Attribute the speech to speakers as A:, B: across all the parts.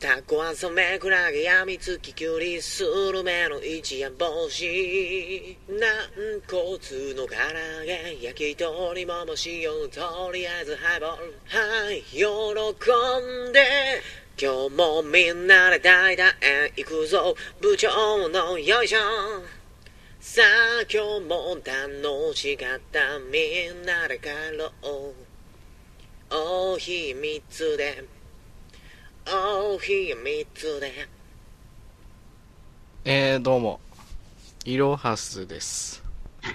A: タコはサメクラゲやみつききゅうりスルメの一夜干し軟骨の唐揚げ焼き鳥もも塩とりあえずハイボールはい喜んで今日もみんなで代打へ行くぞ部長のよいしょさあ今日も楽しかったみんなで帰ろうお秘密でお秘密で
B: えー、どうも。いろはすです。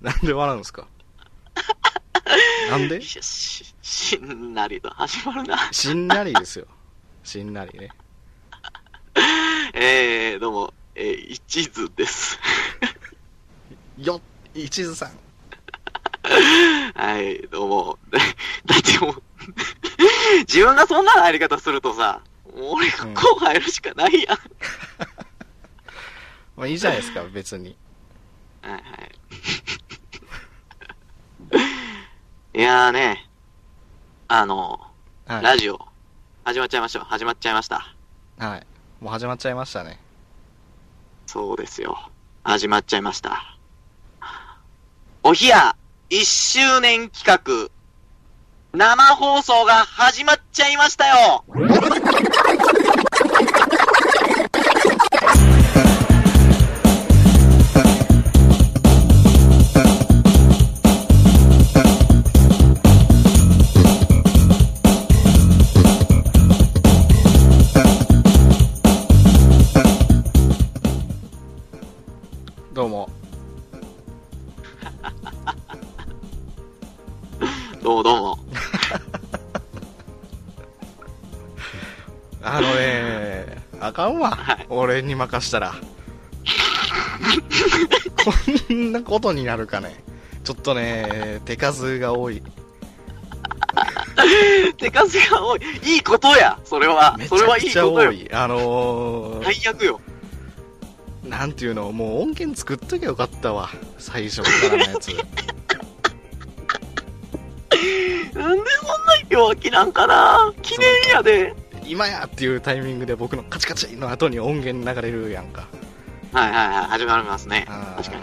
B: なんで笑うんですかなんで
C: しししんなりと始まるな。
B: しんなりですよ。しんなりね。
C: えー、どうも、えー、一途です。
B: よっ、一途さん。
C: はい、どうも。 だだってもう、 自分がそんな入り方するとさ、もう俺がこう入るしかないやん。
B: まあいいじゃないですか、別に。
C: はいはい。いやーね、あの、
B: は
C: ラ
B: い。
C: ジオ、始まっちゃいましたよ。始まっちゃいました。
B: はい。もう始まっちゃいましたね。
C: そうですよ。始まっちゃいました。おひや1周年企画、生放送が始まっちゃいましたよ
B: どうも。
C: どうもどうも。
B: あのね、あかんわ
C: はい。
B: 俺に任したら。 こんなことになるかね。ちょっとね、手数が多い。
C: 手数が多い。いいことやそれは。
B: めち
C: それは
B: ゃ
C: い
B: く
C: い
B: ちゃ
C: こと
B: 多
C: よ。
B: い。あのー、
C: 最悪よ。
B: なんていうのもう音源作っときゃよかったわ最初からのや つ
C: なんでそんな弱気なんかな記念やで。
B: 今やっていうタイミングで僕のカチカチの後に音源流れるやんか
C: はいはいはい、始まりますね。
B: あー
C: 確かに。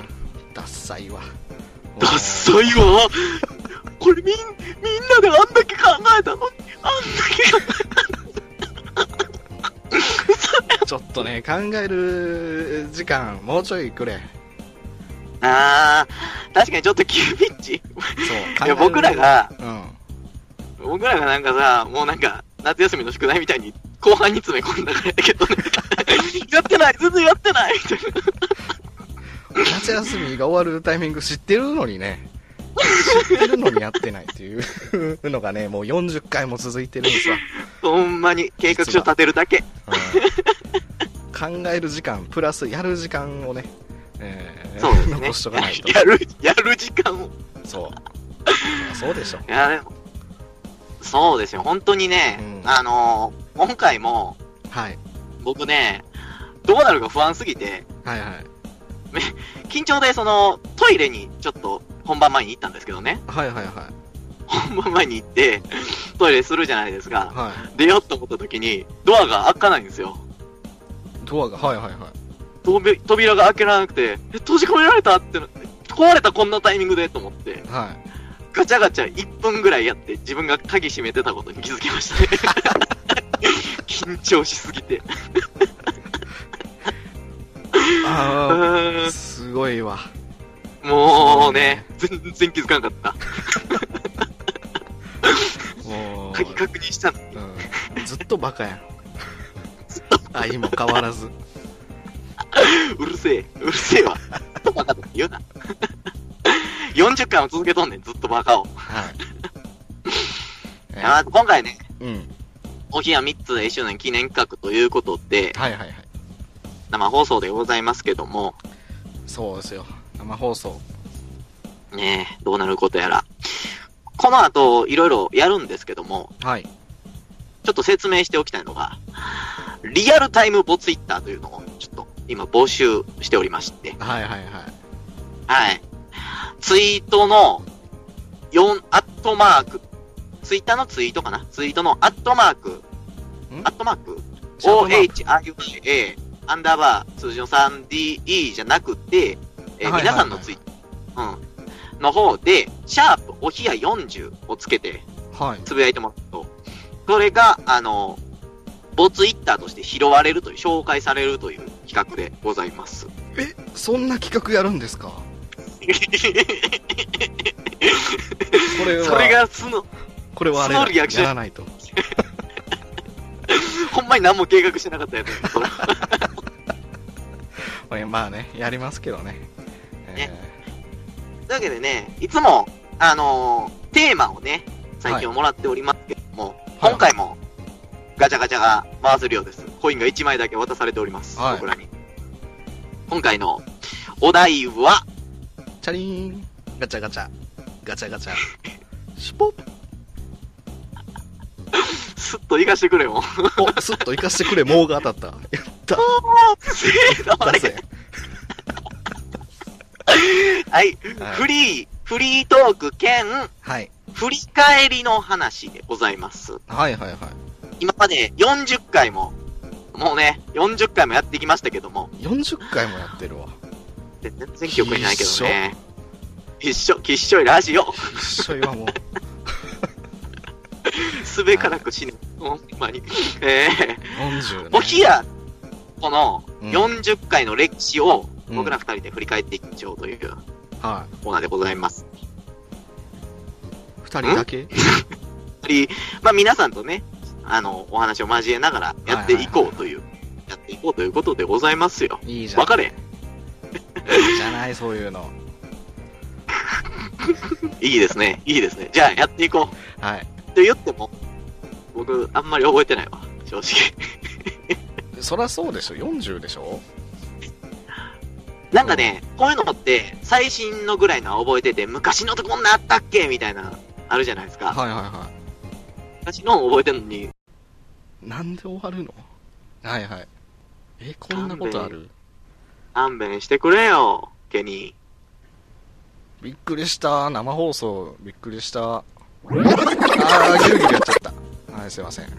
B: ダッサいわ
C: ダッサいわ。これみん、みんなであんだけ考えたのに、あんだけ考えた
B: ちょっとね考える時間もうちょいくれ
C: あー、確かにちょっと急ピッチ。
B: そう
C: いや、僕らが、
B: うん
C: 僕らがなんかさ、もうなんか、夏休みの宿題みたいに、後半に詰め込んだからやけど、なんか やってない全然やってないみたいな
B: 夏休みが終わるタイミング知ってるのにね知ってるのにやってないっていうのがねもう40回も続いてるんですわ
C: ほんまに、計画書立てるだけ。
B: うん考える時間プラスやる時間をね、えー
C: そうですね。
B: 残しとかないと
C: やる、やる時間を。
B: そうあそうでしょ
C: いや、でも、そうですよ。本当にね、
B: うん
C: あのー今回も、
B: はい
C: 僕ね、どうなるか不安すぎて、
B: はいはい
C: 緊張でその、トイレにちょっと本番前に行ったんですけどね。
B: はいはいは
C: 本番前に行って、トイレするじゃないです
B: い
C: か。
B: は
C: 出ようと思った時に、ドアが開かないんですよ。
B: いドアがはいはいはい
C: とび扉が開けられなくて、え、閉じ込められたってなって、壊れたこんなタイミングでと思って、
B: はい
C: ガチャガチャ1分ぐらいやって、自分が鍵閉めてたことに気づきましたね。 緊張しすぎて。う
B: あ
C: ー
B: あ
C: ん
B: すごいわ
C: もうね、全然気づかなかった。
B: もう、
C: 鍵確認したの。
B: うん、ずっとバカやん愛も変わらず
C: うるせえ、うるせえわ。ずっとバカだって言うな。40回も続けとんねん、ずっとバカを。
B: はい、えー
C: あー今回ね、
B: うん
C: お部屋3つ1周年記念企画ということで、
B: はいはいはい
C: 生放送でございますけども、
B: そうですよ生放送
C: ねえ、どうなることやら。この後、いろいろやるんですけども、
B: はい
C: ちょっと説明しておきたいのが、リアルタイムボツイッターというのを、ちょっと今募集しておりまして、
B: はいはいはい
C: はい。ツイートの4アットマークツイッターのツイートかなツイートのアットマーク
B: ん、
C: アットマーク、
B: シャープマーク
C: OHIUA、アンダーバー、通常 3DE じゃなくて、えー
B: はいはいはい
C: 皆さんのツイッター、うん、の方で、シャープおひや40をつけて、
B: はい。
C: つぶやいてもらうと、それが、あの、ボツイッターとして拾われるという、紹介されるという企画でございます。
B: え、そんな企画やるんですかこれは、
C: それがその、
B: これはあれ
C: そのリア
B: だ
C: クション
B: やらないと。
C: ほんまに何も計画してなかった やつです。それ
B: まあまあね、やりますけどね。え
C: ねというわけでね、いつも、あのーテーマをね、最近
B: は
C: もらっておりますけども、
B: はい
C: 今回もガチャガチャが回せるようです。コインが1枚だけ渡されております。
B: はい
C: 僕らに。今回のお題は、
B: ーチャリーン、ガチャガチャ、ガチャガチャ、シュポッ
C: すっと行かしてく れよ。
B: お、スッと行かしてくれ、棒が当たった。やった
C: せー のあ
B: 出
C: れ
B: せ。は
C: はい、
B: い
C: フリー、フリートーク兼、
B: はい。
C: 振り返りの話でございます。
B: はいはいはい。
C: 今まで40回も、もうね、40回もやってきましたけども、
B: 40回もやってるわ。
C: 全然記憶にないけどね。必勝、必勝ラジオ。
B: 一緒はもう。
C: すべからく死ぬ。ほんまに。ええ
B: 40、ね。
C: おひや、この
B: うん
C: 40回の歴史を、
B: うん
C: 僕ら二人で振り返っていっちゃおうという
B: はい。
C: コーナーでございます。
B: 二人だけ
C: やっぱりまあ皆さんとね、あの、お話を交えながらやっていこうという、やっていこうということでございますよ。
B: いいじゃん。
C: わかれ
B: いいじゃない、そういうの。
C: いいですね。いいですね。じゃあやっていこう。
B: はい。
C: と言っても、僕、あんまり覚えてないわ。正直。
B: そらそうでしょ、40でしょ
C: なんかね、こういうのって、最新のぐらいのは覚えてて、昔のとこんなあったっけみたいな、あるじゃないです
B: は
C: か。
B: いはいは
C: 昔のを覚えてるのに、
B: い。なんで終わるのはいはい。え、こんなことある
C: 勘弁してくれよ、ケニ
B: びっくりした。生放送、びっくり した。あー、ギュルギュルやっちゃった。はい、すいません。
C: ー。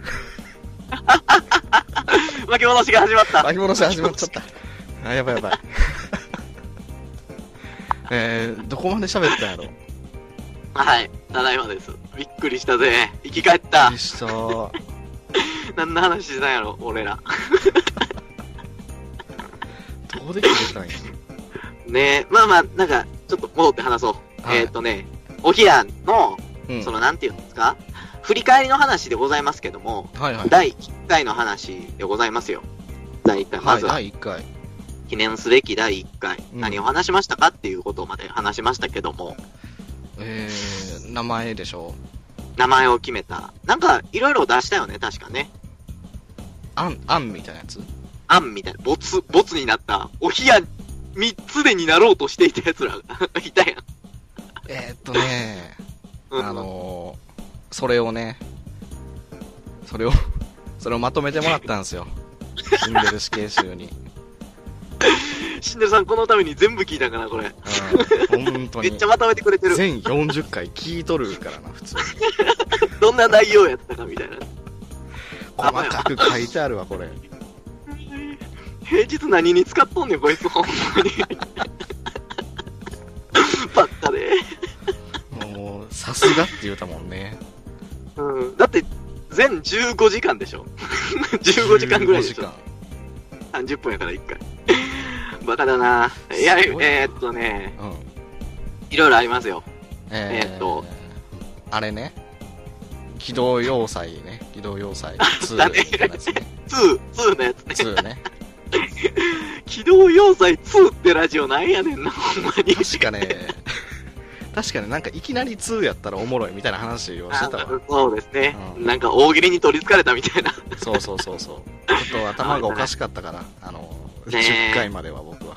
C: 巻き戻しが始まった。
B: 巻き戻し始まっちゃった。あー、やばい やばい。えー、どこまで喋ったんやろびっ
C: はい、ただいまです。びっくりしたぜ。生き返った
B: くり。した。は
C: 何の話してたんやろ、俺ら。
B: どこで聞いてたんや
C: ねえ、まあまあ、なんか、ちょっと戻って話そう。
B: はい
C: えっ、ー、とね、おひやの、
B: うん。
C: そ
B: は
C: の、なんていうんですか、振り返りの話でございますけども、
B: いはい。
C: 第1回の話でございますよ。第1回、ま
B: はい、
C: ずは
B: 第1回。
C: 記念すべき第1回、
B: うん
C: 何を話しましたかっていうことまで話しましたけども、
B: えー、名前でしょ
C: 名前を決めた。なんか、いろいろ出したよね、確かね。
B: アン、アンみたいなやつ
C: アンみたいな、ボツ、ボツになった、おひや3つでになろうとしていた奴らが いたやん。
B: えー、っとね
C: うん
B: あのー、それをね、それを、 それをまとめてもらったんです よ。シンデル死刑囚に。
C: シンデレさん、このために全部聞いたんかな、これ。
B: うん、本当
C: め
B: に。
C: っちゃまとめてくれてる。
B: 全40回聞いとるからな、普 通に。
C: どんな内容やったか、みたいな。
B: 細かく書いてあるわ、これ。
C: 平日何に使っとんねん、こいつ、ほんまに。 ばっかで。
B: もう、さすがって言うたもんね。
C: うん。だって、全15時間でしょ ?15 時間ぐらいでし
B: 15時
C: ょ
B: 間
C: 30分やから1回。バカだな。いや、
B: すごいな
C: えーっとね、
B: うん。
C: いろいろありますよ。
B: え
C: えーっと、
B: あれね。機動要塞ね。機動要 塞
C: だね
B: 2みたいなやつね。
C: 2、2のやつね。
B: 2ね。
C: 機動要塞2ってラジオなんやねんな、ほんまに。
B: 確かね、 確かね、なんかいきなり2やったらおもろいみたいな話をしてたわ。
C: そうですね、
B: うん
C: なんか大喜利に取り憑かれたみたいな。
B: そうそうそうそう。ちょっと頭がおかしかったから、あの、
C: ねえ
B: 10回までは僕は。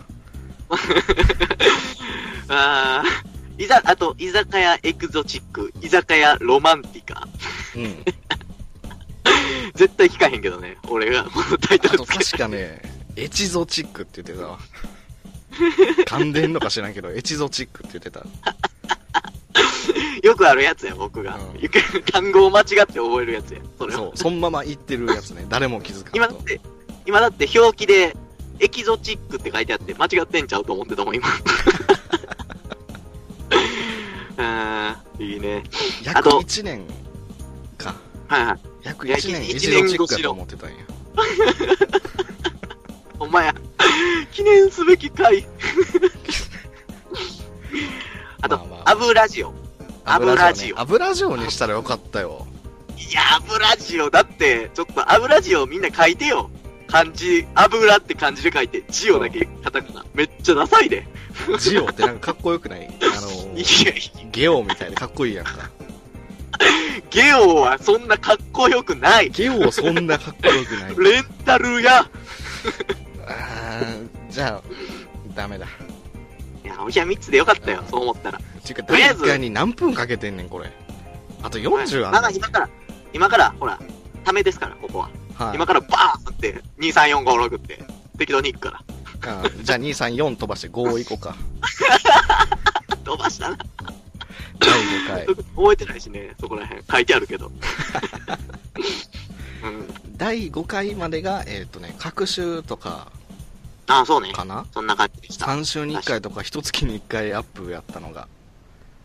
C: あーいざ、あと、居酒屋エクゾチック、居酒屋ロマンティカ。
B: うん。
C: 絶対聞かへんけどね、俺がこのタイト
B: あ
C: ル
B: と
C: つけ
B: 確かね、エチゾチックって言ってたわ。噛んでんのか知らんけど、エチゾチックって言ってた。
C: た。よくあるやつや、僕が。
B: うん
C: よく単語を間違って覚えるやつや。それ
B: そ
C: を。
B: う、そのまま言ってるやつね。誰も気づか
C: 今
B: ん
C: だっ
B: と。
C: て、今だって表記で、エキゾチックって書いてあって、間違ってんちゃうと思ってたもん、今。 あーいいね。あ
B: 約
C: と
B: 1年か。
C: はいはい。
B: 約1年、
C: 約
B: 一
C: 一年
B: 度チックやと思ってたんや。
C: お前や。記念すべき 回。あと、
B: まあまあ
C: アブラジオ。油塩
B: 油塩にしたらよかったよ。
C: いや、油塩、だって、ちょっと油塩みんな書いてよ。漢字、油って漢字で書いて、ジオだけカタカナ。めっちゃダサいで。
B: ジオってなんかかっこよくないあの
C: いや、
B: ゲオみたいでかっこいいやんか。
C: ゲオはそんなかっこよくない。
B: ゲオそんなかっこよくない。
C: レンタルや。
B: あーじゃあ、ダメだ。
C: いや、おひゃ3つでよかったよ、そう思ったら。
B: ていうか、
C: とりあえ
B: 誰
C: ず
B: かに何分かけてんねん、これ。あと40
C: ま
B: あ
C: だ
B: んねん
C: 今から、今から、ほら、ためですから、ここは。
B: はい
C: 今からバーンって、2、3、4、5、6って、適当に行くから。
B: あーじゃあ2、3、4飛ばして5いこうか。
C: 飛ばしたな。
B: 第5回。
C: 覚えてないしね、そこら辺。書いてあるけ ど。うん。
B: 第5回までが、えっ、とね、各週とか
C: あ、そうね。
B: かな
C: そんな感じでした。
B: 3週に1回とか1月に1回アップやったのが。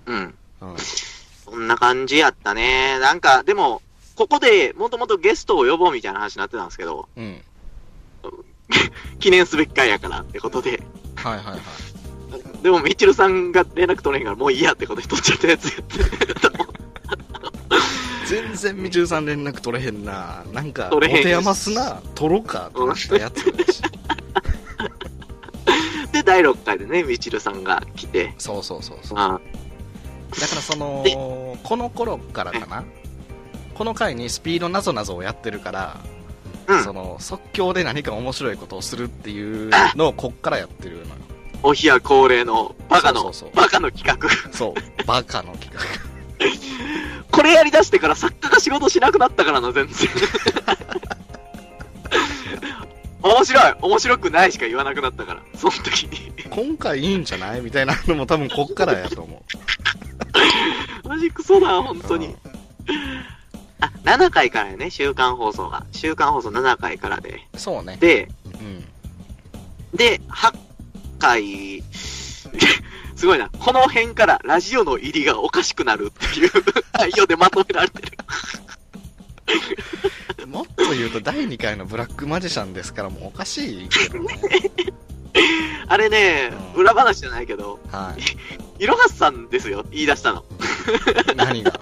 C: うん。
B: うん。
C: そんな感じやったね。なんか、でも、ここでもともとゲストを呼ぼうみたいな話になってたんですけど、
B: うん。
C: 記念すべき回やからってことで、
B: はいはいはい。
C: でもミッチェルさんが連絡取れへんからもういいやってことで取っちゃったやつやって。
B: 全然みちるさん連絡取れへんな。なんか、お
C: 取れへん
B: 手余すな。取ろうか。となったやつだし。
C: で、第6回でね、ミッチェルさんが来て、
B: そうそうそうそう。だか
C: あ
B: らその
C: で、
B: この頃からかな。この回にスピードなぞなぞをやってるから、
C: うん
B: そ、の即興で何か面白いことをするっていうのを こっからやってるのよ。
C: お冷や恒例のバカの、
B: そうそうそう
C: バカの企画。
B: そう、バカの企画。
C: これやりだしてから作家が仕事しなくなったからな、全 然。面白い面白くないしか言わなくなったから、その時に。
B: 今回いいんじゃないみたいなのも多分こっからやと思う。
C: マジクソだ、本当
B: う
C: に
B: ん。
C: あ、7回からやね、週刊放送が。週刊放送7回からで。
B: そうね。
C: で、
B: うん。
C: で、8回、 すごいな。この辺からラジオの入りがおかしくなるっていう 内容でまとめられてる。
B: もっと言うと第2回のブラックマジシャンですからもうおかしいけどね。
C: あれね、
B: うん
C: 裏話じゃないけど、
B: はい。
C: いろはすさんですよ、言い出したの。
B: 何が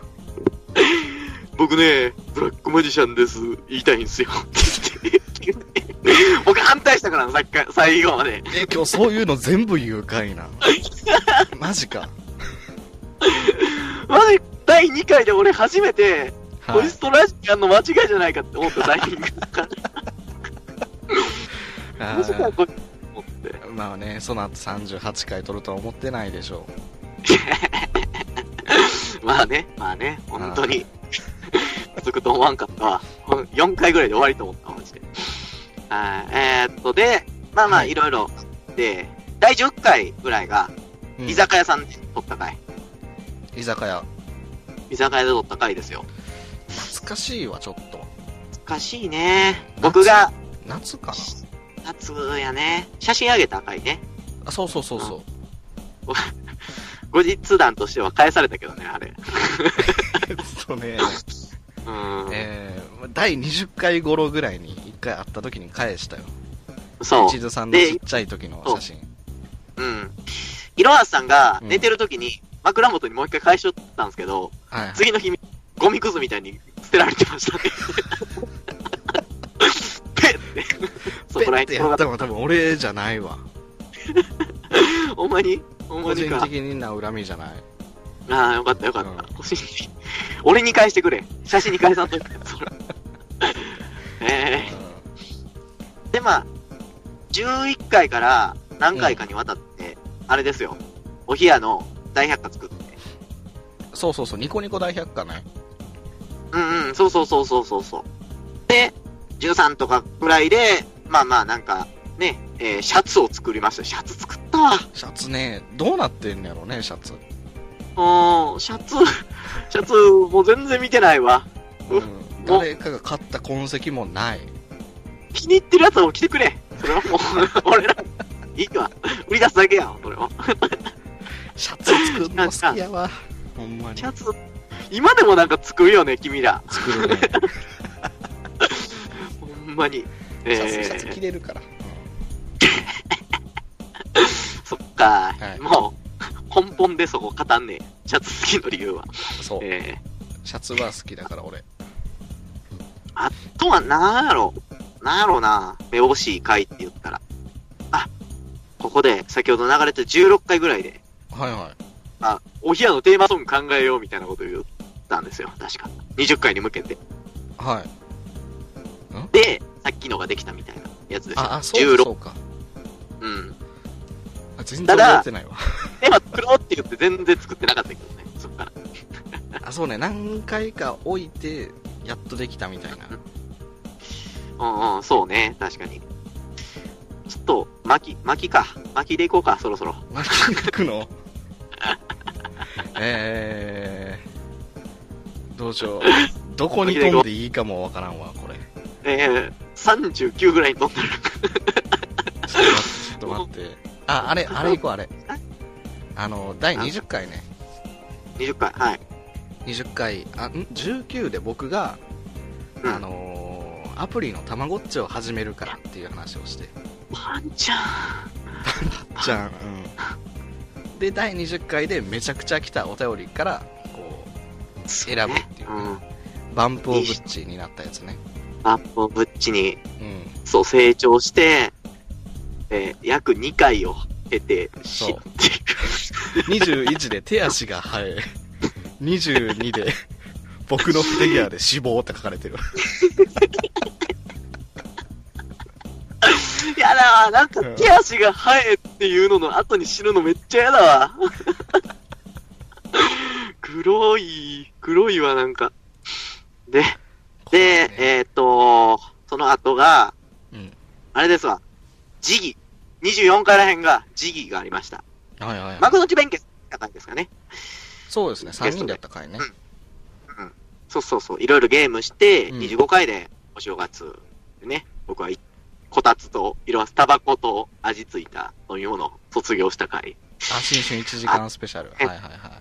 C: 僕ね、ブラックマジシャンです、言いたいんですよ。僕反対したからな、さっきから最後まで。
B: え、今日そういうの全部誘拐 な。マジか。
C: まだ第2回で俺初めて、
B: は
C: ホイス
B: い。
C: トラジアンの間違いじゃないかって思ったタイミングだから、
B: あ
C: マジか
B: ー
C: これ思って。
B: まあね、その後38回撮るとは思ってないでしょ
C: まあね、まあね、本当に。続くと思わんかったわ。この4回ぐらいで終わりと思った、マジで。はいえー、っと、で、まあまあ、
B: はい
C: いろいろあって、第10回ぐらいが、
B: う。うん
C: 居酒屋さんで撮った回。
B: 居酒屋。
C: 居酒屋で撮った回ですよ。
B: 懐かしいわ、ちょっと。
C: 難しいね。僕が、
B: 夏かな
C: 夏やね、写真あげた回ね。
B: あ、そうそうそうそう。
C: 後日談としては返されたけどね、あれ。
B: えっとね、
C: うん。
B: えー、第20回頃ぐらいに一回会った時に返したよ。
C: そう。
B: 一途さんのちっちゃい時の写真。
C: うん。いろはさんが寝てる時に枕元にもう一回返しとったんですけど、
B: はいはい。
C: 次の日、ゴミくずみたいに捨てられて ましたね。ペッって。そこ
B: ペ
C: ら辺
B: って
C: 転
B: や
C: が
B: っ
C: ったた。
B: のは多分俺じゃないわ。
C: ほんまにほん
B: 個
C: まに
B: 人
C: か。
B: 的な恨みじゃない。
C: ああ、よかったよかった
B: うん。
C: 個人的に俺に返してくれ。写真に返さんといて。そらえ
B: う
C: ーで、まあ、11回から何回かにわたって、あれですよ。お冷やの大百科作って。
B: んそうそうそう、ニコニコ大百科ね。
C: うんうん、そうそうそうそうそうそう。で、13とかくらいで、まあまあなんか、ね、えーシャツを作りました。シャツ作ったわ。
B: シャツね、どうなってんのやろね、シャツ。
C: うん、シャツ、 シャツ、もう全然見てないわ。
B: うん、誰かが買った痕跡もない。
C: 気に入ってるやつを着てくれ。それはもう、 俺ら、いいわ。売り出すだけやん、それは。
B: シャツ作るの好きやわ。ほんまに
C: シ。ャツ、今でもなんか作るよね、君ら。
B: 作るね。
C: ほんまに。
B: シャツ、シャツ
C: え
B: 着れるから。
C: ー、そっか、
B: はい
C: もう、根本でそこ語んねえ。シャツ好きの理由は。
B: そう。
C: え
B: シャツは好きだから俺。
C: ー、とは、なんやろ。なんやろな。目ぼしい回って言ったら。あ、ここで、先ほど流れて16回ぐらいで、
B: はいはい。
C: あ、お部屋のテーマソング考えようみたいなこと言ったんですよ、確か。20回に向けて。
B: はい。
C: で、さっきのができたみたいなやつでした。
B: あ、あそうか
C: 16
B: そうか。
C: うん。
B: あ全然覚えてないわ。
C: テーマ作ろうって言って全然作ってなかったけどね、そっから。
B: あ、そうね。何回か置いて、やっとできたみたいな。
C: うんうん、そうね、確かに。ちょっと、巻き、巻きか。巻きでいこうか、そろそろ。
B: 何書くのえー、どうしよう。どこに飛んでいいかもわからんわ、これ。
C: えー、39ぐらいに飲んだら、
B: ちょっと待って、ちょっと待って。あ、あれ、あれ行こう、あれ。あの、第20回ね。
C: 20回、はい。
B: 20回、あ、ん ?19 で僕が、
C: うん
B: あのーアプリのたまごっちを始めるからっていう話をして。
C: パンちゃん。
B: じゃん、うん。 で、第20回でめちゃくちゃ来たお便りから、こ
C: 選
B: ぶっていう
C: うん。
B: う、バンプオブッチになったやつね。
C: アップをぶっちに、
B: うん。
C: そう、成長して、えー、約2回を経て、
B: そう
C: 知っていく。
B: 21で手足が生え、22で僕のフィギュアで死亡って書かれてる。
C: やだわ、なんか手足が生えっていうのの後に死ぬのめっちゃやだ わ。黒い、黒いわ、なんか。で、で、えーっ、と、その後が、
B: うん
C: あれですわ、ジギ。24回らへんが、ジギがありました。
B: はいはいはい。
C: 幕の内弁慶な感じですかね。
B: そうですね、3人でやった回ね。
C: そうそうそう、いろいろゲームして、
B: うん
C: 25回でお正月でね、僕はいこたつと、色、タバコと味付いた飲み物を卒業した回。
B: あ、新春1時間スペシャル。はいはいは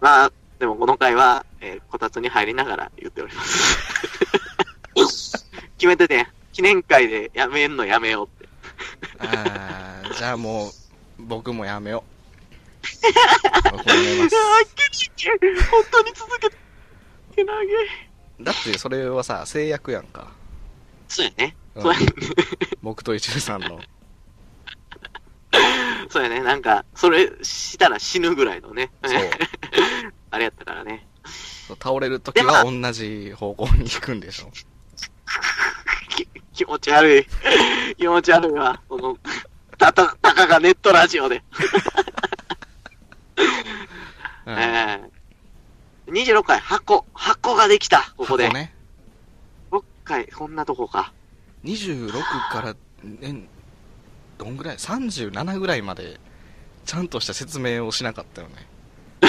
C: まあ、でもこの回は、えーこたつに入りながら言っており ます。決めてて、記念会でやめんのやめようって。
B: い。あーじゃあもう、僕もやめよう。僕もやめます。
C: けに、本当に続けてなげ。
B: だってそれはさ、制約やんか。
C: そうやね。
B: うん
C: そうやね。
B: 僕と一流さんの。
C: そうやね。なんか、それしたら死ぬぐらいのね。
B: そう
C: あれやったからね。
B: そう。倒れるときは同じ方向に行くんでしょ。
C: き気持ち悪い。 気持ち悪いわ。この、た、た、たかがネットラジオで。
B: うん
C: えー、26回、箱。箱ができた。ここで。
B: 箱ね。
C: 6回、こんなとこか。
B: 26から、ね、どんぐらい ?37 ぐらいまで、ちゃんとした説明をしなかったよね。こ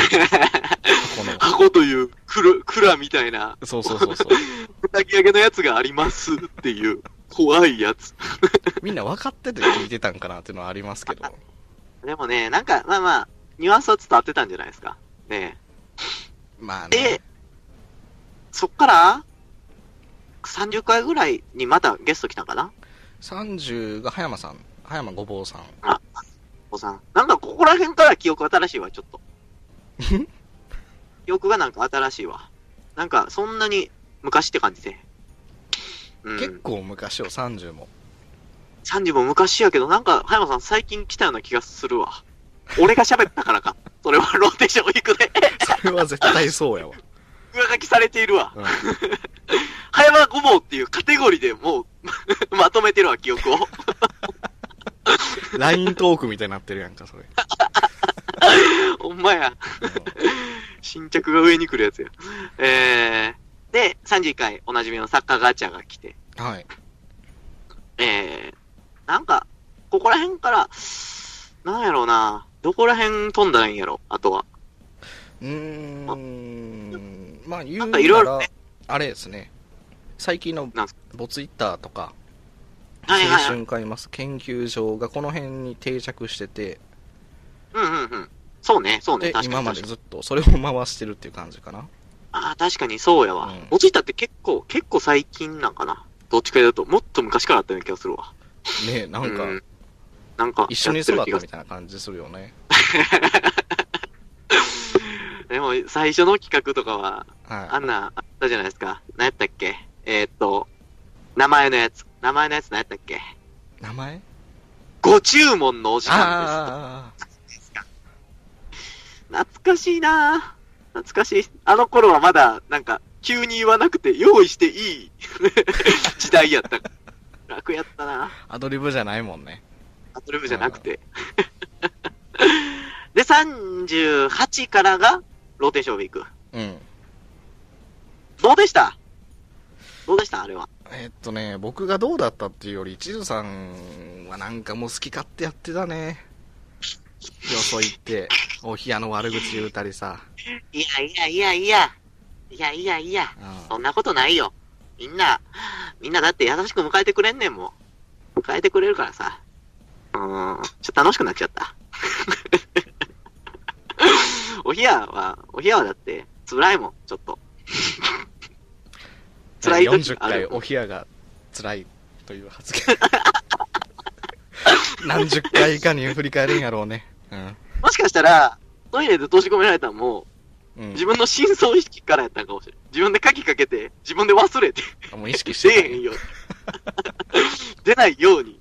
B: の、
C: 箱という黒、蔵みたいな、
B: そうそうそうそう。
C: 叩き上げのやつがありますっていう、怖いやつ。
B: みんな分かってて聞いてたんかなっていうのはありますけど。
C: でもね、なんか、まあまあ、ニュアンスは伝わってたんじゃないですか。ねえ
B: まあね
C: で。、そっから、30回ぐらいにまたゲスト来たんかな
B: 30が葉山さん。葉山ごぼうさん。
C: お子さん。なんかここら辺から記憶新しいわ、ちょっと。記憶がなんか新しいわ。なんか、そんなに昔って感じで。う
B: 結
C: ん。
B: 構昔よ、30も。
C: 30も昔やけど、なんか、葉山さん最近来たような気がするわ。俺が喋ったからか。それはローテーションウィークで
B: それは絶対そうやわ。
C: 上書きされているわ。
B: うん
C: 葉山ごぼうっていうカテゴリーでもう、 まとめてるわ、記憶を。
B: LINE トークみたいになってるやんか、それ。
C: ほんまや。新着が上に来るやつや。えー、で、31回おなじみのサッカーガチャが来て、
B: うんはい。
C: えー、なんか、ここら辺から、なんやろうな、どこら辺飛んだらいいんやろ、あとは。
B: うーん、まあ言
C: な
B: うんな
C: かいろい
B: ら
C: ろね、
B: あれですね、最近の
C: なんす
B: ボツイッターとか、青
C: はいはいはい。
B: 春買います研究所がこの辺に定着してて、
C: うんうんうん。そうね、そうね、
B: で、
C: 確か
B: 今
C: に
B: ま
C: 確
B: で
C: かに。
B: ずっとそれを回してるっていう感じかな。
C: ああ、確かにそうやわ
B: うん。
C: 落ちたって結構、結構最近なんかな。どっちかというと、もっと昔からあったような気がするわ。
B: ねなんか
C: う、なんか、
B: 一緒に
C: やって
B: 育った
C: る
B: み
C: 気がする
B: たいな感じするよね。
C: でも、最初の企画とかは、あ
B: は
C: んな、あったじゃないですか。何やったっけえーっと、名前のやつ。名前のやつ何やったっけ
B: い。名前
C: ご注文のお時間
B: ああ
C: です。懐かしいなぁ懐かしい。あの頃はまだ、なんか、急に言わなくて用意していい 時代やった。楽やったな
B: ああ、アドリブじゃないもんね。
C: アトリブじゃなくて。 で、38からが、ローテーションウィーク。
B: うん。
C: どうでしたどうでしたあれは。
B: えっとね、僕がどうだったっていうより、千鶴さんはなんかもう好き勝手やってたね。よそ行って、お冷やの悪口言うたりさ。
C: いやいやいやいや。いやいやいや。
B: う
C: そんなことないよ。みんな、みんなだって優しく迎えてくれんねんもん。迎えてくれるからさ。うーん、ちょっと楽しくなっちゃった。 お部屋は、お部屋はだって、辛いもん、ちょっと。
B: ん、
C: 辛い時
B: 40
C: あ
B: 回
C: る。
B: お冷やが辛いという発言。 何十回かに振り返るんやろうね。うん。
C: もしかしたら、トイレで閉じ込められたのも、
B: うん、
C: 自分の真相意識からやったんかもしれん。自分で鍵かけて、自分で忘れて、
B: もう意識し
C: 出
B: てたん
C: え
B: や
C: へんように。出ないように。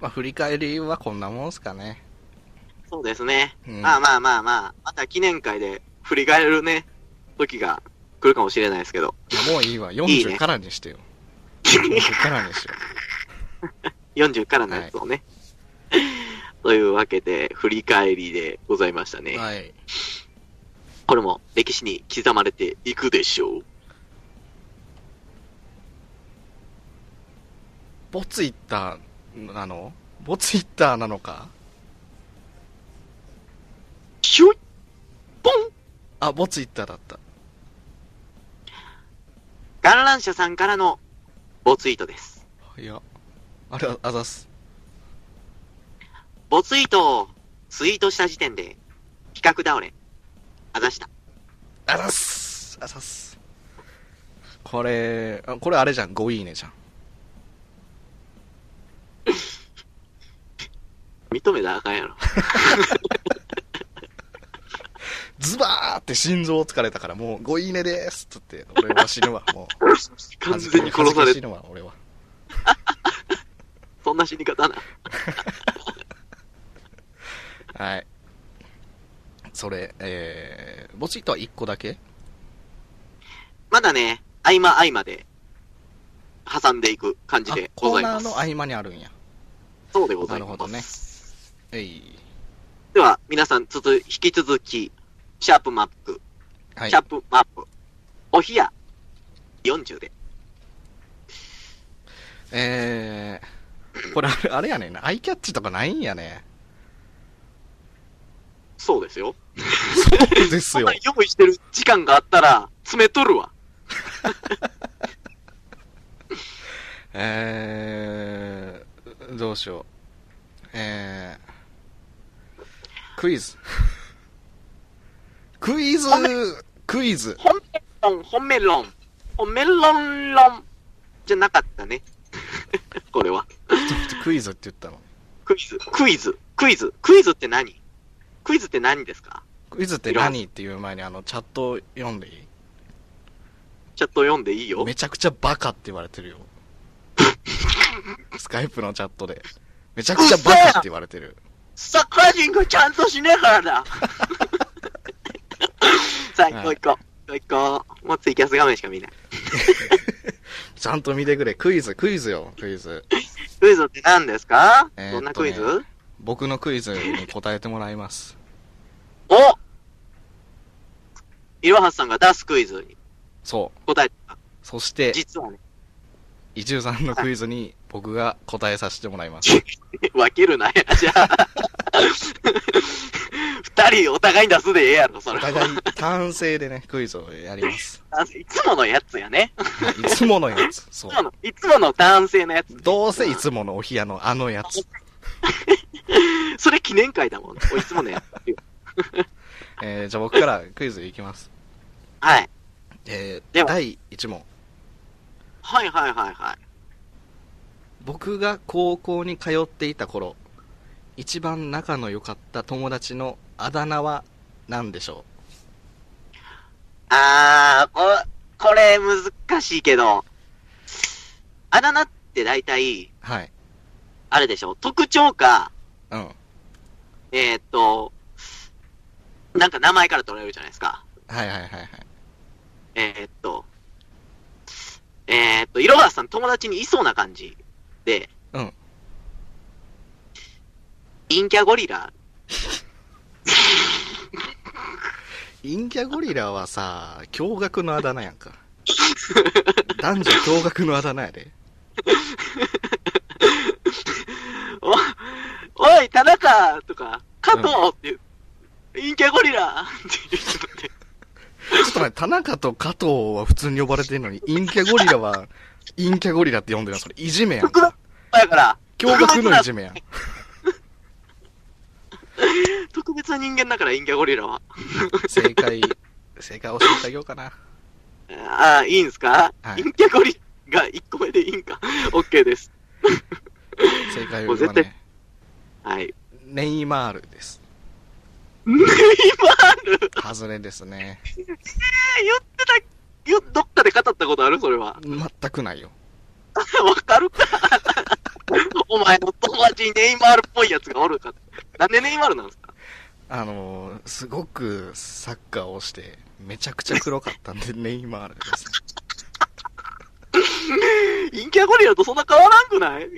B: まあ、振り返りはこんなもんすかね。
C: そうですね。
B: うん
C: まあまあまあまあ、また記念会で振り返るね、時が来るかもしれないですけど、
B: いやもういいわ。
C: いい
B: 40
C: ね
B: からにしてよ。40からにしよ
C: 40からのやつをね。というわけで、振り返りでございましたね。
B: う。はい。
C: これも歴史に刻まれていくでしょう。
B: ボツイッターなのボツイッターなのか
C: ひょいぽん
B: あ、ボツイッターだった。
C: 観覧車さんからのボツイートです。
B: いや。あれ、あざっす。
C: ボツイートをツイートした時点で、企画倒れ、あざした。
B: あざっすあざっす。これ、あこれあれじゃん。5いいねじゃん。
C: 認めたらあかんやろ。
B: ズバーって心臓疲れたから、もう5いいねでーすっつって、俺は死ぬ わ。もう。
C: 完全に殺さ
B: 恥ずかし
C: れ
B: い死ぬわ、俺は。
C: そんな死に方な。
B: はい。それ、えー、ボツイッターは1個だけ
C: まだね、合間合間で、挟んでいく感じ
B: あ
C: で、ご
B: コー
C: ざい
B: ナ
C: ま
B: ー
C: す。
B: の合間にあるんや。
C: そうでございます。
B: なるほどねえい。
C: では、皆さん、つづ、引き続き、シャープマップ、
B: はい
C: シャー。プマップ、おひや、40で。
B: えー、これあれ、あれやねんな。アイキャッチとかないんや ね。
C: そうですよ。
B: そうです
C: そん
B: よ
C: な。用意してる時間があったら、詰めとるわ。
B: えー、どうしよう。えー、クイズ。 クイズクイズ
C: 本メロン、本メロン、本メロンロン、じゃなかったね。 これは。
B: ちょっとクイズって言ったの。
C: クイズ、クイズ、クイズ、クイズって何クイズって何ですか
B: クイズって何っていう前にあの、チャットを読んでいい
C: チャット読んでいいよ。
B: めちゃくちゃバカって言われてるよ。スカイプのチャットで。めちゃくちゃバカって言われてる。
C: サッカー人がちゃんとしねえか らださあ、行こう行こう。行こう。もうツイキャス画面しか見ない。
B: ちゃんと見てくれ。クイズ、クイズよ、クイズ。
C: クイズって何ですか、
B: えーっとね
C: どんなクイズ、
B: 僕のクイズに答えてもらいます。
C: おいろはさんが出すクイズに
B: そう。
C: 答えた。
B: そして、
C: 実はね、
B: 伊集さんのクイズに僕が答えさせてもらいます。
C: 分けるなや、じゃあ。 二人お互い出すでええやろ、そ
B: お
C: れ。
B: 互い単性でね、クイズをやります。
C: いつものやつやね。
B: はいいつものやつ。そ
C: いうつ。もの、いつもの男性のやつ。
B: どうせいつものお部屋のあのやつ。
C: それ記念会だもん。おいつものやつ。
B: えー、じゃあ僕からクイズいきます。
C: はい。
B: え
C: で
B: ー、
C: は
B: 第1問。
C: はいはいはいはい。
B: 僕が高校に通っていた頃、一番仲の良かった友達のあだ名は何でしょ
C: あー、こ、これ難しいけど。あだ名って大体、
B: うはい。
C: あれでしょ。特徴か、
B: うん。
C: えーっと、なんか名前から取られるじゃないですか。
B: はいはいはいはい。
C: えーっと、えーっと、いろはさん友達にいそうな感じで、
B: うん。
C: 陰キャゴリラ、
B: 陰キャゴリラはさ、驚愕のあだ名やん か。男女驚愕のあだ名やで。
C: お、おい、田中とか、加藤っていう、陰キャゴリラっていう人で、
B: ちょっと待って、田中と加藤は普通に呼ばれてんのに、陰キャゴリラは、陰キャゴリラって呼んでるのそれ、いじめやん
C: 特
B: か。
C: 別だから、
B: 驚愕のい
C: 特別
B: じめやん。
C: な特別な人間だから、陰キャゴリラは。
B: 正解、正解教えてあげようかな。
C: ああ、いいんすか、
B: はい
C: 陰キャゴリラが1個目でいいんか。OK です。
B: 正解
C: もう
B: は
C: 絶
B: ね
C: 対、はい。
B: ネイマールです。
C: ネイマール
B: 外れですね。
C: え言ってた言、どっかで語ったことあるそれは。
B: 全くないよ。
C: わかるか お前の友達にネイマールっぽいやつがおるか。なんでネイマールなん ですか
B: あのー、すごくサッカーをして、めちゃくちゃ黒かったんで、ネイマールです。
C: 陰キャゴリラとそんな変わらんくない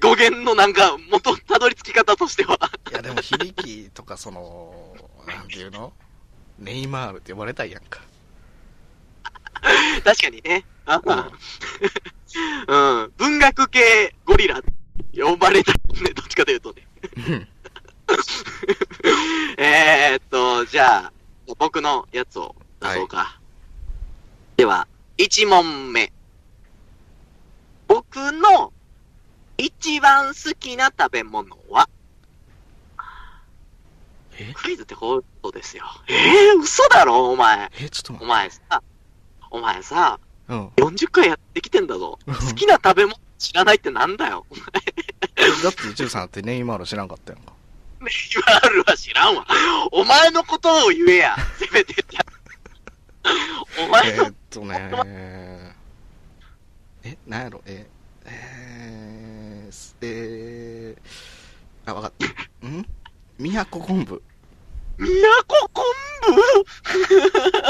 C: ご語源のなんか元、たどり着き方としては。
B: いやでも響きとかそのなんていうのネイマールって呼ばれたいやんか
C: 確かにね。あ うん。文学系ゴリラ、呼ばれたもんね、どっちかというとね。 えーっと、じゃあ、僕のやつを出そうか。では、1問目。僕の一番好きな食べ物は
B: え
C: クイズってことですよ。えー、嘘だろ、お前。
B: えちょっと待
C: お
B: っ
C: 前さ、お前さ、
B: てうん
C: 40回やってきてんだぞ。好きな食べ物知らないってなんだよ。
B: だって13だってネイマール知らんかったやんか
C: ネイマールは知らんわ。お前のことを言えや。せめてじゃ。お
B: え
C: 前の
B: ー、っとねえなんやろええーすえー、あわかったん宮古昆布
C: 宮古昆布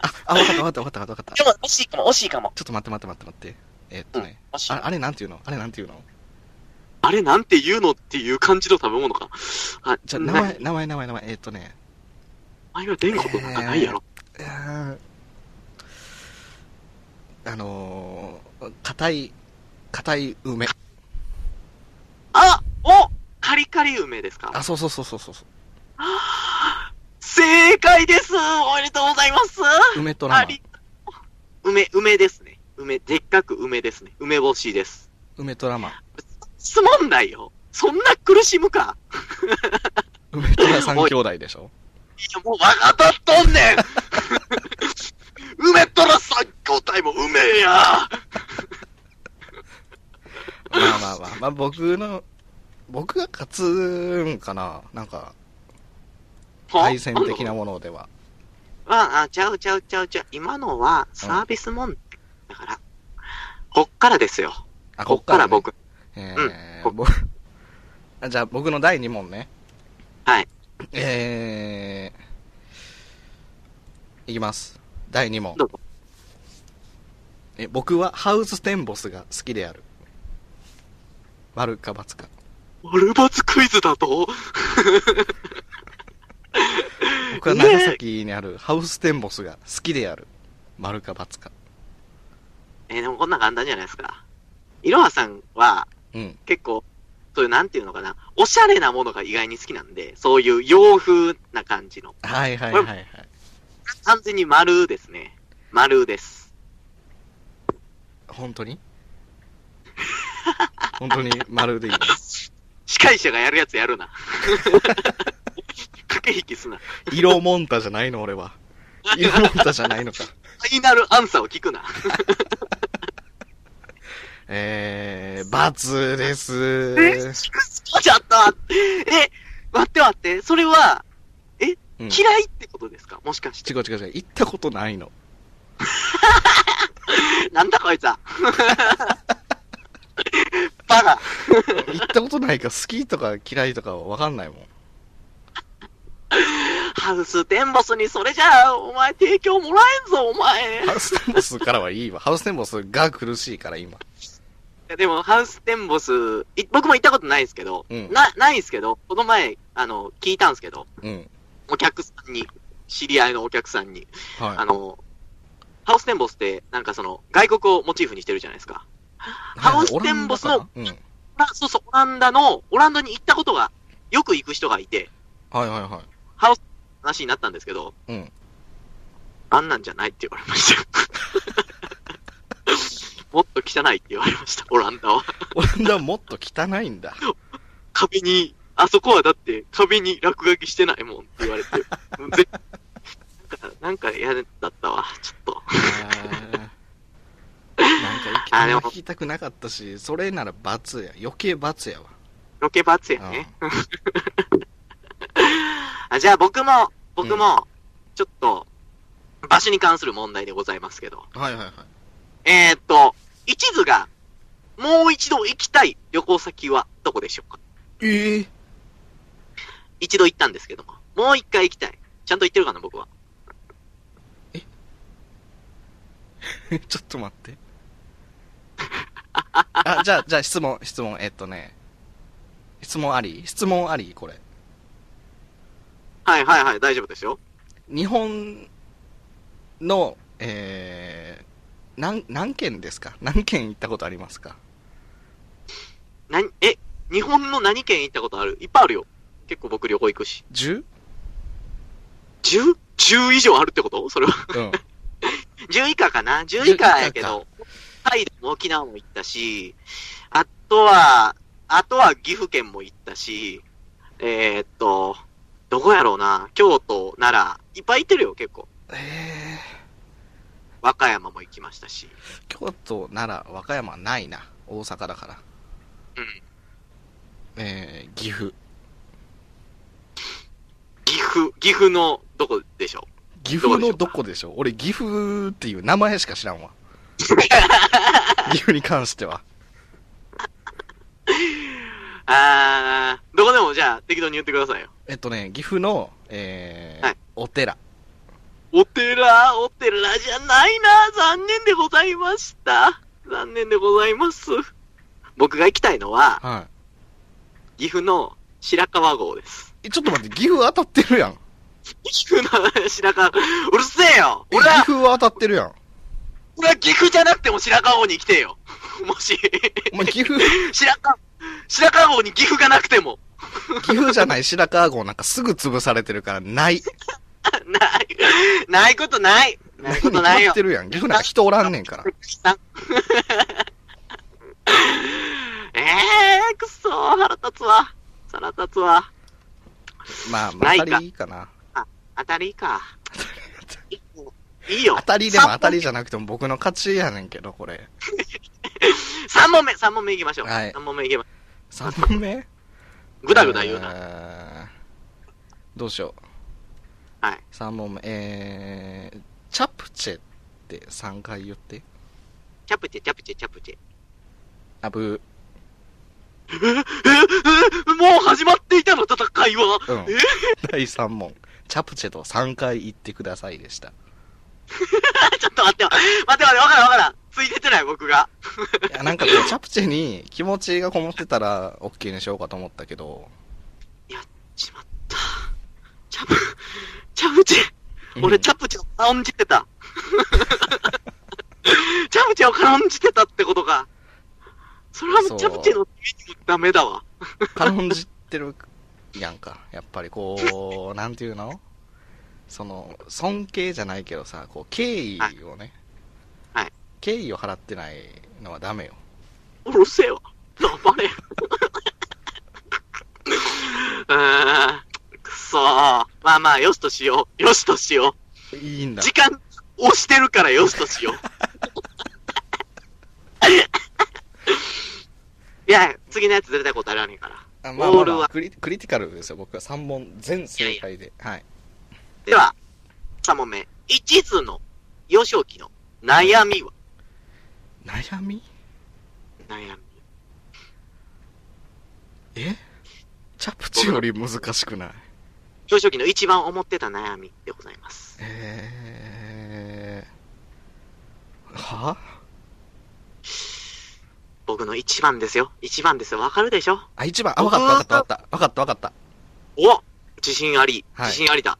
B: ああわかったわかったわかったわかった
C: でも、惜しいかも、惜しいかも。
B: ちょっと待って待って待って待ってえー、っ
C: う
B: と
C: ん
B: ね、、
C: 惜しい。
B: あ
C: あ
B: あれなんていうのあれなんていうの
C: れなんて言うのっていう感じの食べ物か。あ、
B: じゃあ名前名前名前名前えー、っとね
C: お前は出んことなんかないやろ。
B: いやーあのー、硬い、硬い梅。
C: あ、おカリカリ梅ですか
B: あ、そうそうそうそうそう。
C: 正解ですおめでとうございます
B: 梅と
C: あ
B: 生
C: り。梅、梅ですね。梅、でっかく梅ですね。梅干しです。
B: 梅と生。
C: 質問ないよ。そんな苦しむ か。
B: 梅と三兄弟でしょ
C: いや、もう分かっとんねん 梅とら三兄弟も梅や
B: まあまあまあ、まあ僕の、僕が勝つんかななんか、対戦的な
C: もん。
B: ものでは。
C: あ、あ、ちゃうちゃうちゃうちゃう。今のはサービス問題だから。こっからですよ。
B: あ、
C: こっから
B: ね。
C: 僕。
B: え
C: う
B: ー、
C: ん
B: ぼあ じゃあ僕の第2問ね。
C: はい。
B: えー、いきます。第2問
C: どうぞ。
B: え僕はハウステンボスが好きである。丸か×か。
C: 丸抜クイズだと
B: 僕は長崎にあるハウステンボスが好きである。丸か×か。
C: えーでもこんなん簡単じゃないですか。いろはさんは、
B: うん。
C: 結構、そういう、なんていうのかな、おしゃれなものが意外に好きなんで、そういう洋風な感じの。
B: はいはいはいはい。
C: 完全に丸ですね。丸です。
B: 本当に本当に丸でいいの
C: 司会者がやるやつやるな。 駆け引きすな。フ
B: 色もんたじゃないの俺は。色もんたじゃないのか。
C: ァイナルアンサーを聞くな。
B: えー、×です。
C: え、そうちゃったえ、待って待って、それ
B: う
C: は、
B: ん
C: 嫌いってことですか、もしかして。
B: 違う違う違う。行ったことないの。
C: なんだこいつは。 バカ。
B: 行ったことないから好きとか嫌いとかは分かんないもん。
C: ハウステンボスにそれじゃあ、お前提供もらえんぞ、お前。い
B: ハウステンボスからはいいわ。ハウステンボスが苦しいから今。
C: やでも、ハウステンボス、い僕も行ったことないですけど、
B: うん
C: な、ないですけど、この前、あの、聞いたんですけど、
B: うん。
C: お客さんに、知り合いのお客さんに、あ
B: は
C: の、ハウステンボスって、なんかその、外国をモチーフにしてるじゃないですか。
B: い。
C: ハウステンボスの
B: オラダかなうん。
C: まあ、そうそう、オランダの、オランダに行ったことが、よく行く人がいて、
B: はいはいは
C: 話になったんですけど、
B: い。うん。
C: あんなんじゃないって言われま した。もっと汚いって言われました、オランダは。
B: オランダはもっと汚いんだ。
C: 壁に、あそこはだって壁に落書きしてないもんって言われて。もうぜなんか、なんか嫌だったわ、ちょっと。
B: あーなんか意見
C: あでも
B: 聞きたくなかったし、それなら×や。余計×やわ。
C: ロケバツやね。 あじゃあ僕も、僕も、ちょっと、場所に関する問題でございますけど。
B: はいはいはい。
C: えーっと、一途が、もう一度行きたい旅行先はどこでしょうか
B: ええ
C: 一度行ったんですけども。もう一回行きたい。ちゃんと行ってるかな、僕は。
B: ちょっと待って。あ、じゃあ、じゃあ質問、質問、えっとね。質問あり質問ありこれ。
C: はいはいはい、大丈夫ですよ。
B: 日本の、えー、何、何県ですか何県行ったことありますか
C: なに、え、日本の何県行ったことあるいっぱいあるよ。結構僕旅行行くし。
B: ?10?
C: 10?10 以上あるってことそれは。
B: うん。
C: 10以下かな ?10 以下やけど、タイも沖縄も行ったし、あとは、あとは岐阜県も行ったし、えー、っと、どこやろうな京都、奈良、いっぱい行ってるよ、結構。
B: え
C: 和歌山も行きましたし。
B: ー、京都、奈良、和歌山ないな。大阪だから。
C: うん。
B: えー、岐阜。
C: 岐阜、岐阜のどこでしょ
B: 岐阜の
C: ど
B: ど
C: こ
B: こでしょう俺、岐阜っていう名前しか知ら んわ。岐阜に関しては。
C: うあー、どこでもじゃあ適当に言ってくださいよ。
B: えっとね、岐阜の、えー
C: はい
B: お寺。
C: お寺、お寺じゃないな。残念でございました。残念でございます。僕が行きたいのは、
B: は
C: 岐阜の白川郷です。
B: い。えちょっと待って、岐阜当たってるやん。
C: 岐阜の白川、うるせえよ
B: え
C: 俺
B: 岐
C: は、
B: 阜は当たってるやん。
C: 俺は岐阜じゃなくても白川郷に来てよ。 もし、
B: お前、岐阜、
C: 白川、白川郷に岐阜がなくても。
B: 岐阜じゃない白川郷なんかすぐ潰されてるから、ない。
C: ない、ないことない。ないことない
B: 決ま
C: よ
B: って。るやん。岐阜なんか人おらんねんから。
C: えー、くそー、腹立つわ。腹立つわ。
B: まあ、
C: ない
B: 当
C: か
B: たりいいかな。
C: 当たりか。いいよ。
B: 当たりでも当 たり
C: じ
B: じゃなくても僕の勝ちやねんけど、これ。
C: ゃん。3問目、3問目いきましょう。
B: はい
C: 3問目いきましょ
B: 3問目
C: う。ぐだぐだ言うな。
B: な。どうしよう。
C: はい。
B: 3問目。えー、チャプチェって3回言って。
C: チャプチェ、チャプチェ、チャプチェ。
B: あぶ
C: えええもう始まっていたの、戦いは。
B: ー。 うん
C: え。
B: 第3問。チャプチェと3回言ってくださいでした。
C: ちょっと待って、待って待って、わからんわからん。ついてってない、僕が。
B: いや、なんかこう、チャプチェに気持ちがこもってたら、OK にしようかと思ったけど、
C: しまった。チャプ、チャプチェ。
B: う
C: 俺、
B: ん
C: チャプチェを軽んじてた。チャプチェを軽んじてたってことか。それはチ
B: そう
C: ャプチェのためにもダメだわ。
B: 軽んじってるやんか。やっぱりこう、なんていうのその、尊敬じゃないけどさ、こう、敬意をね、
C: はいはい
B: 敬意を払ってないのはダメよ。
C: うるせえわ。黙れ。 うーん。くそー。まあまあ、よしとしよう。よしとしよ
B: いいん
C: う。
B: だ。
C: 時間押してるからよしとしよう。 いや、次のやつ絶対答えられねえから。
B: あまあま
C: ボー
B: あ
C: ル
B: まあ
C: は
B: クリ、クリティカルですよ。僕は3問全正解で。はい。
C: では、3問目。一途の幼少期の悩みは
B: 悩み
C: 悩み。
B: えチャプチより難しくない
C: 幼少期の一番思ってた悩みでございます。
B: えー、は
C: 僕の一番ですよ。一番ですよ。わかるでしょ
B: あ、一番。あ、わかったわかったわかったわかったわかった。
C: お自信あり。
B: はい
C: 自信ありだ。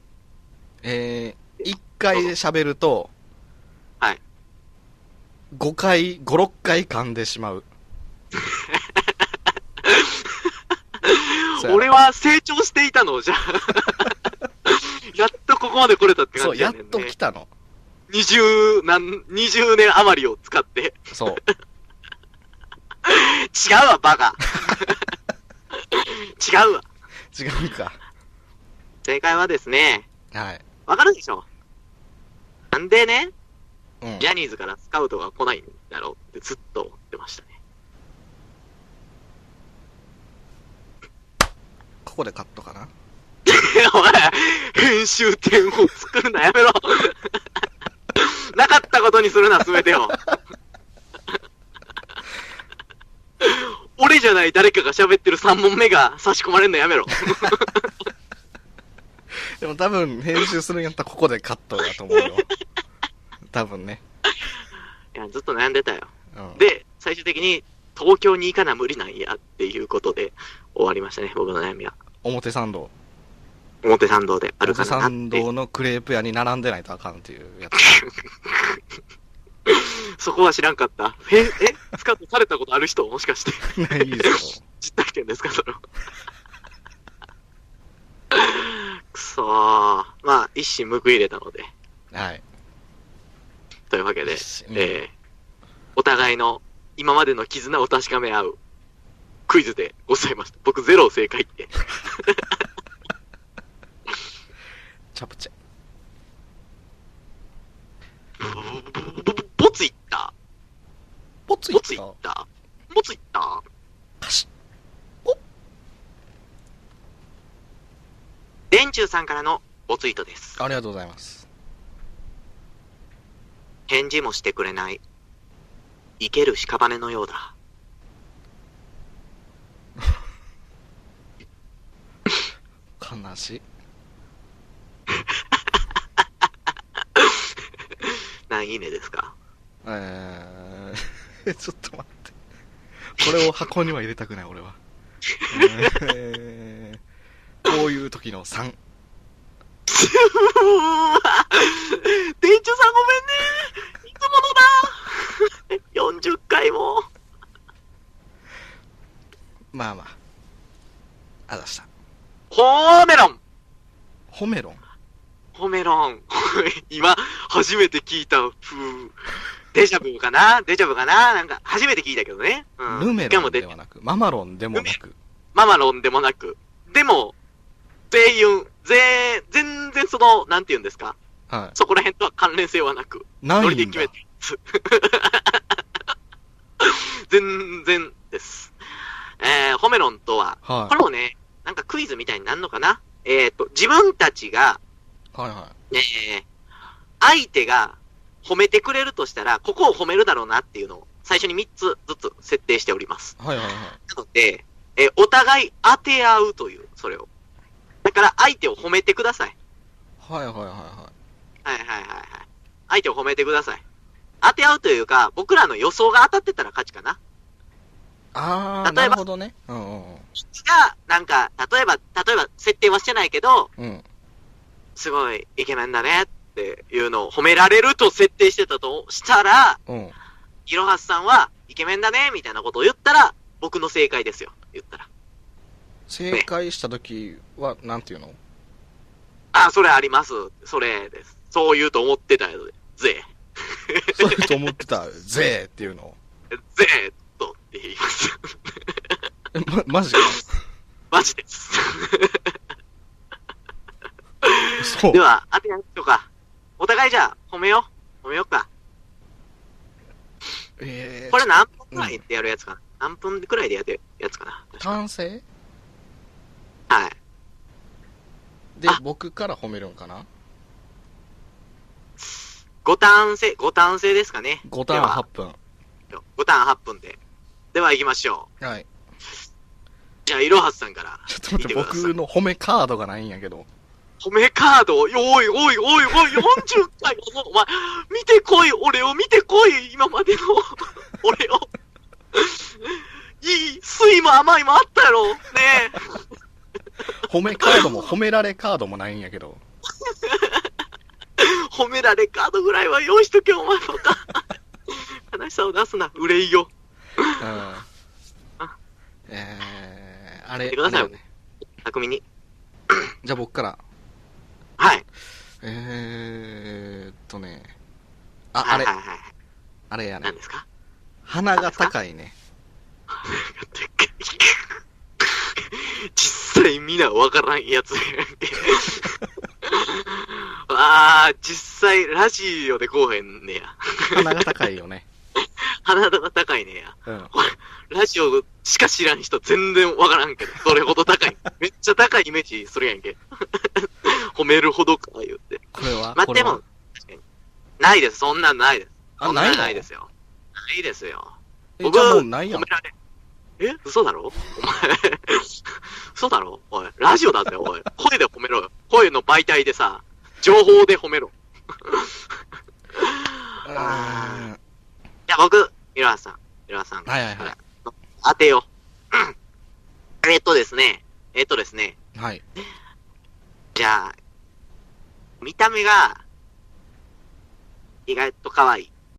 B: えー、一回喋ると、
C: はい。
B: 5回、5、6回噛んでしまう。そうや
C: 俺は成長していたの、じゃあ。 やっとここまで来れたって
B: そ
C: 感
B: う、
C: じ
B: や
C: や
B: っ
C: ねんね。
B: と来たの。
C: 二十、なん、二十年余りを使って。
B: そう。
C: 違うわ、バカ。違うわ。
B: 違うか。
C: 正解はですね、
B: はい。
C: わかるでしょなんでね、
B: うん。
C: ジャニーズからスカウトが来ないんだろうってずっと思ってましたね。
B: ここでカットかな
C: お前、編集点を作るのやめろ。 なかったことにするな、すべてを。 俺じゃない誰かが喋ってる3問目が差し込まれるのやめろ。
B: でも多分、編集するんやったらここでカットだと思うよ。多分ね。
C: いや、ずっと悩んでたよ。
B: うん。
C: で、最終的に東京に行かな無理なんやっていうことで終わりましたね、僕の悩みは。
B: 表参道。
C: 表参道で歩
B: 表
C: かな
B: 参
C: なって。
B: 道のクレープ屋に並んでないとあかんっていうやつ。
C: そこは知らんかった。え、え、スカウトされたことある人もしかして。
B: ないですよ。
C: 実体験ですか、それは。 くそー。まあ、一矢報いれたので。
B: はい。
C: というわけで、
B: 一矢うん
C: えー、お互いの今までの絆を確かめ合うクイズでございました。僕、ゼロ正解って。
B: チャプチェ。
C: ぼぼぼぼついった
B: ポツイ
C: ぼつい
B: ッ
C: っ
B: と。
C: たぼついった
B: パシ
C: 電柱さんからのボツイートです
B: ッ。ありがとうございます。
C: 返事もしてくれない。生ける屍のようだ。
B: 悲しい。
C: 何いいねですか
B: えー、ちょっと待って。これを箱には入れたくない、俺は。えー、こういう時の3。
C: うわ店長さんごめんねいつものだ !40 回も
B: まあまあ。あざした。
C: ホーメロン
B: ホメロン。
C: ホーメロン 今、初めて聞いた風。デジャブかなデジャブかななんか、初めて聞いたけどね。うん。
B: ルメ
C: しか
B: ロ
C: も
B: ンで
C: で、
B: はなく、ママロンでもなく、
C: ママロンでもなく。でも、全員、全、全然その、なんて言うんですか
B: は
C: そこら辺とは関連性はなく、
B: い。な
C: ノリ
B: い
C: で
B: ん
C: 決
B: だ
C: め。たやつ。 全然です。えー、ホメロンとは、
B: は
C: これもね、なんかクイズみたいになるのかなえっ、と、自分たちが、
B: い。はいは
C: えー、相手が褒めてくれるとしたら、ここを褒めるだろうなっていうのを、最初に3つずつ設定しております。
B: い。はいはいはい。
C: なので、えーお互い当て合うという、それを。だから、相手を褒めてください。
B: はいはいはいは
C: はいはいはいはい。相手を褒めてください。当て合うというか、僕らの予想が当たってたら勝ちかな。
B: い。あー、
C: 例
B: な
C: えば
B: るほどね。うんうんうん。
C: が、なんか、例えば、例えば、設定はしてないけど、
B: うん。
C: すごいイケメンだねっていうのを褒められると設定してたとしたら、
B: うん。
C: いろはすさんは、イケメンだねみたいなことを言ったら、僕の正解ですよ。言ったら。
B: 正解した時は、なんていうの
C: あ、それあります。それです。そう言うと思ってたやつで、ぜ
B: そういうと思ってた、ぜーっていうの。
C: え、ぜーっとって言います。
B: え、ま、マジか。
C: マジです。
B: そう
C: で。は、あとやっとか。お互いじゃあ、褒めよう。褒めようか。
B: え
C: これ何分くらいでやるやつかな、何分くらいでやるやつかな
B: ー、完成
C: はい。
B: で
C: あ、
B: 僕から褒めるんかな
C: 五ターン制、五ターン制ですかね。
B: ?5 ターン8分。
C: では五ターン8分で。では行きましょう。
B: はい。
C: じゃあ、いろはさんから。
B: ちょっと待って、
C: 見てください
B: 僕の褒めカードがないんやけど。
C: 褒めカードを、おいおいおいおい、40回もお前、見てこい、俺を見てこい、今までの、 俺を。いい、酸いも甘いもあったやろ、ねえ。
B: 褒めカードも褒められカードもないんやけど。
C: 褒められカードぐらいは用意しとけ、お前とか。悲しさを出すな、憂いよ。
B: うん。えー、あれ、
C: 見てください
B: あれよね
C: 巧みに。
B: じゃあ僕から。
C: はい。
B: えーっとね。あ、
C: は
B: あ
C: い
B: れ
C: はい、はい。
B: あれやね
C: 何。ですか
B: 鼻が高いね。
C: 実際みんなわからんやつやんけ。 ああ、実際ラジオでこうへんねや。
B: 鼻が高いよね。
C: 鼻が高いねや。
B: うん。
C: ラジオしか知らん人全然わからんけど、それほど高い。めっちゃ高いイメージするやんけ。 褒めるほどか言って。
B: これは、
C: まあ、
B: こ
C: で
B: れ
C: も
B: は。、
C: 確かにないです。そんなんないです。そ
B: あ、
C: んな
B: なんい。
C: ないですすよ。ないですよ。
B: え
C: 僕
B: じゃあもうないや
C: 褒
B: ん
C: め。られえ嘘だろお前。嘘だろおい。ラジオだぜ、おい。声で褒めろよ。声の媒体でさ、情報で褒めろ。
B: あー
C: じゃあ僕、ミラーさん、ミラーさん、
B: はいはいは
C: 当てよう。うんえっとですね、えっとですね、
B: い。はい。
C: じゃあ、見た目が、意外と可愛い。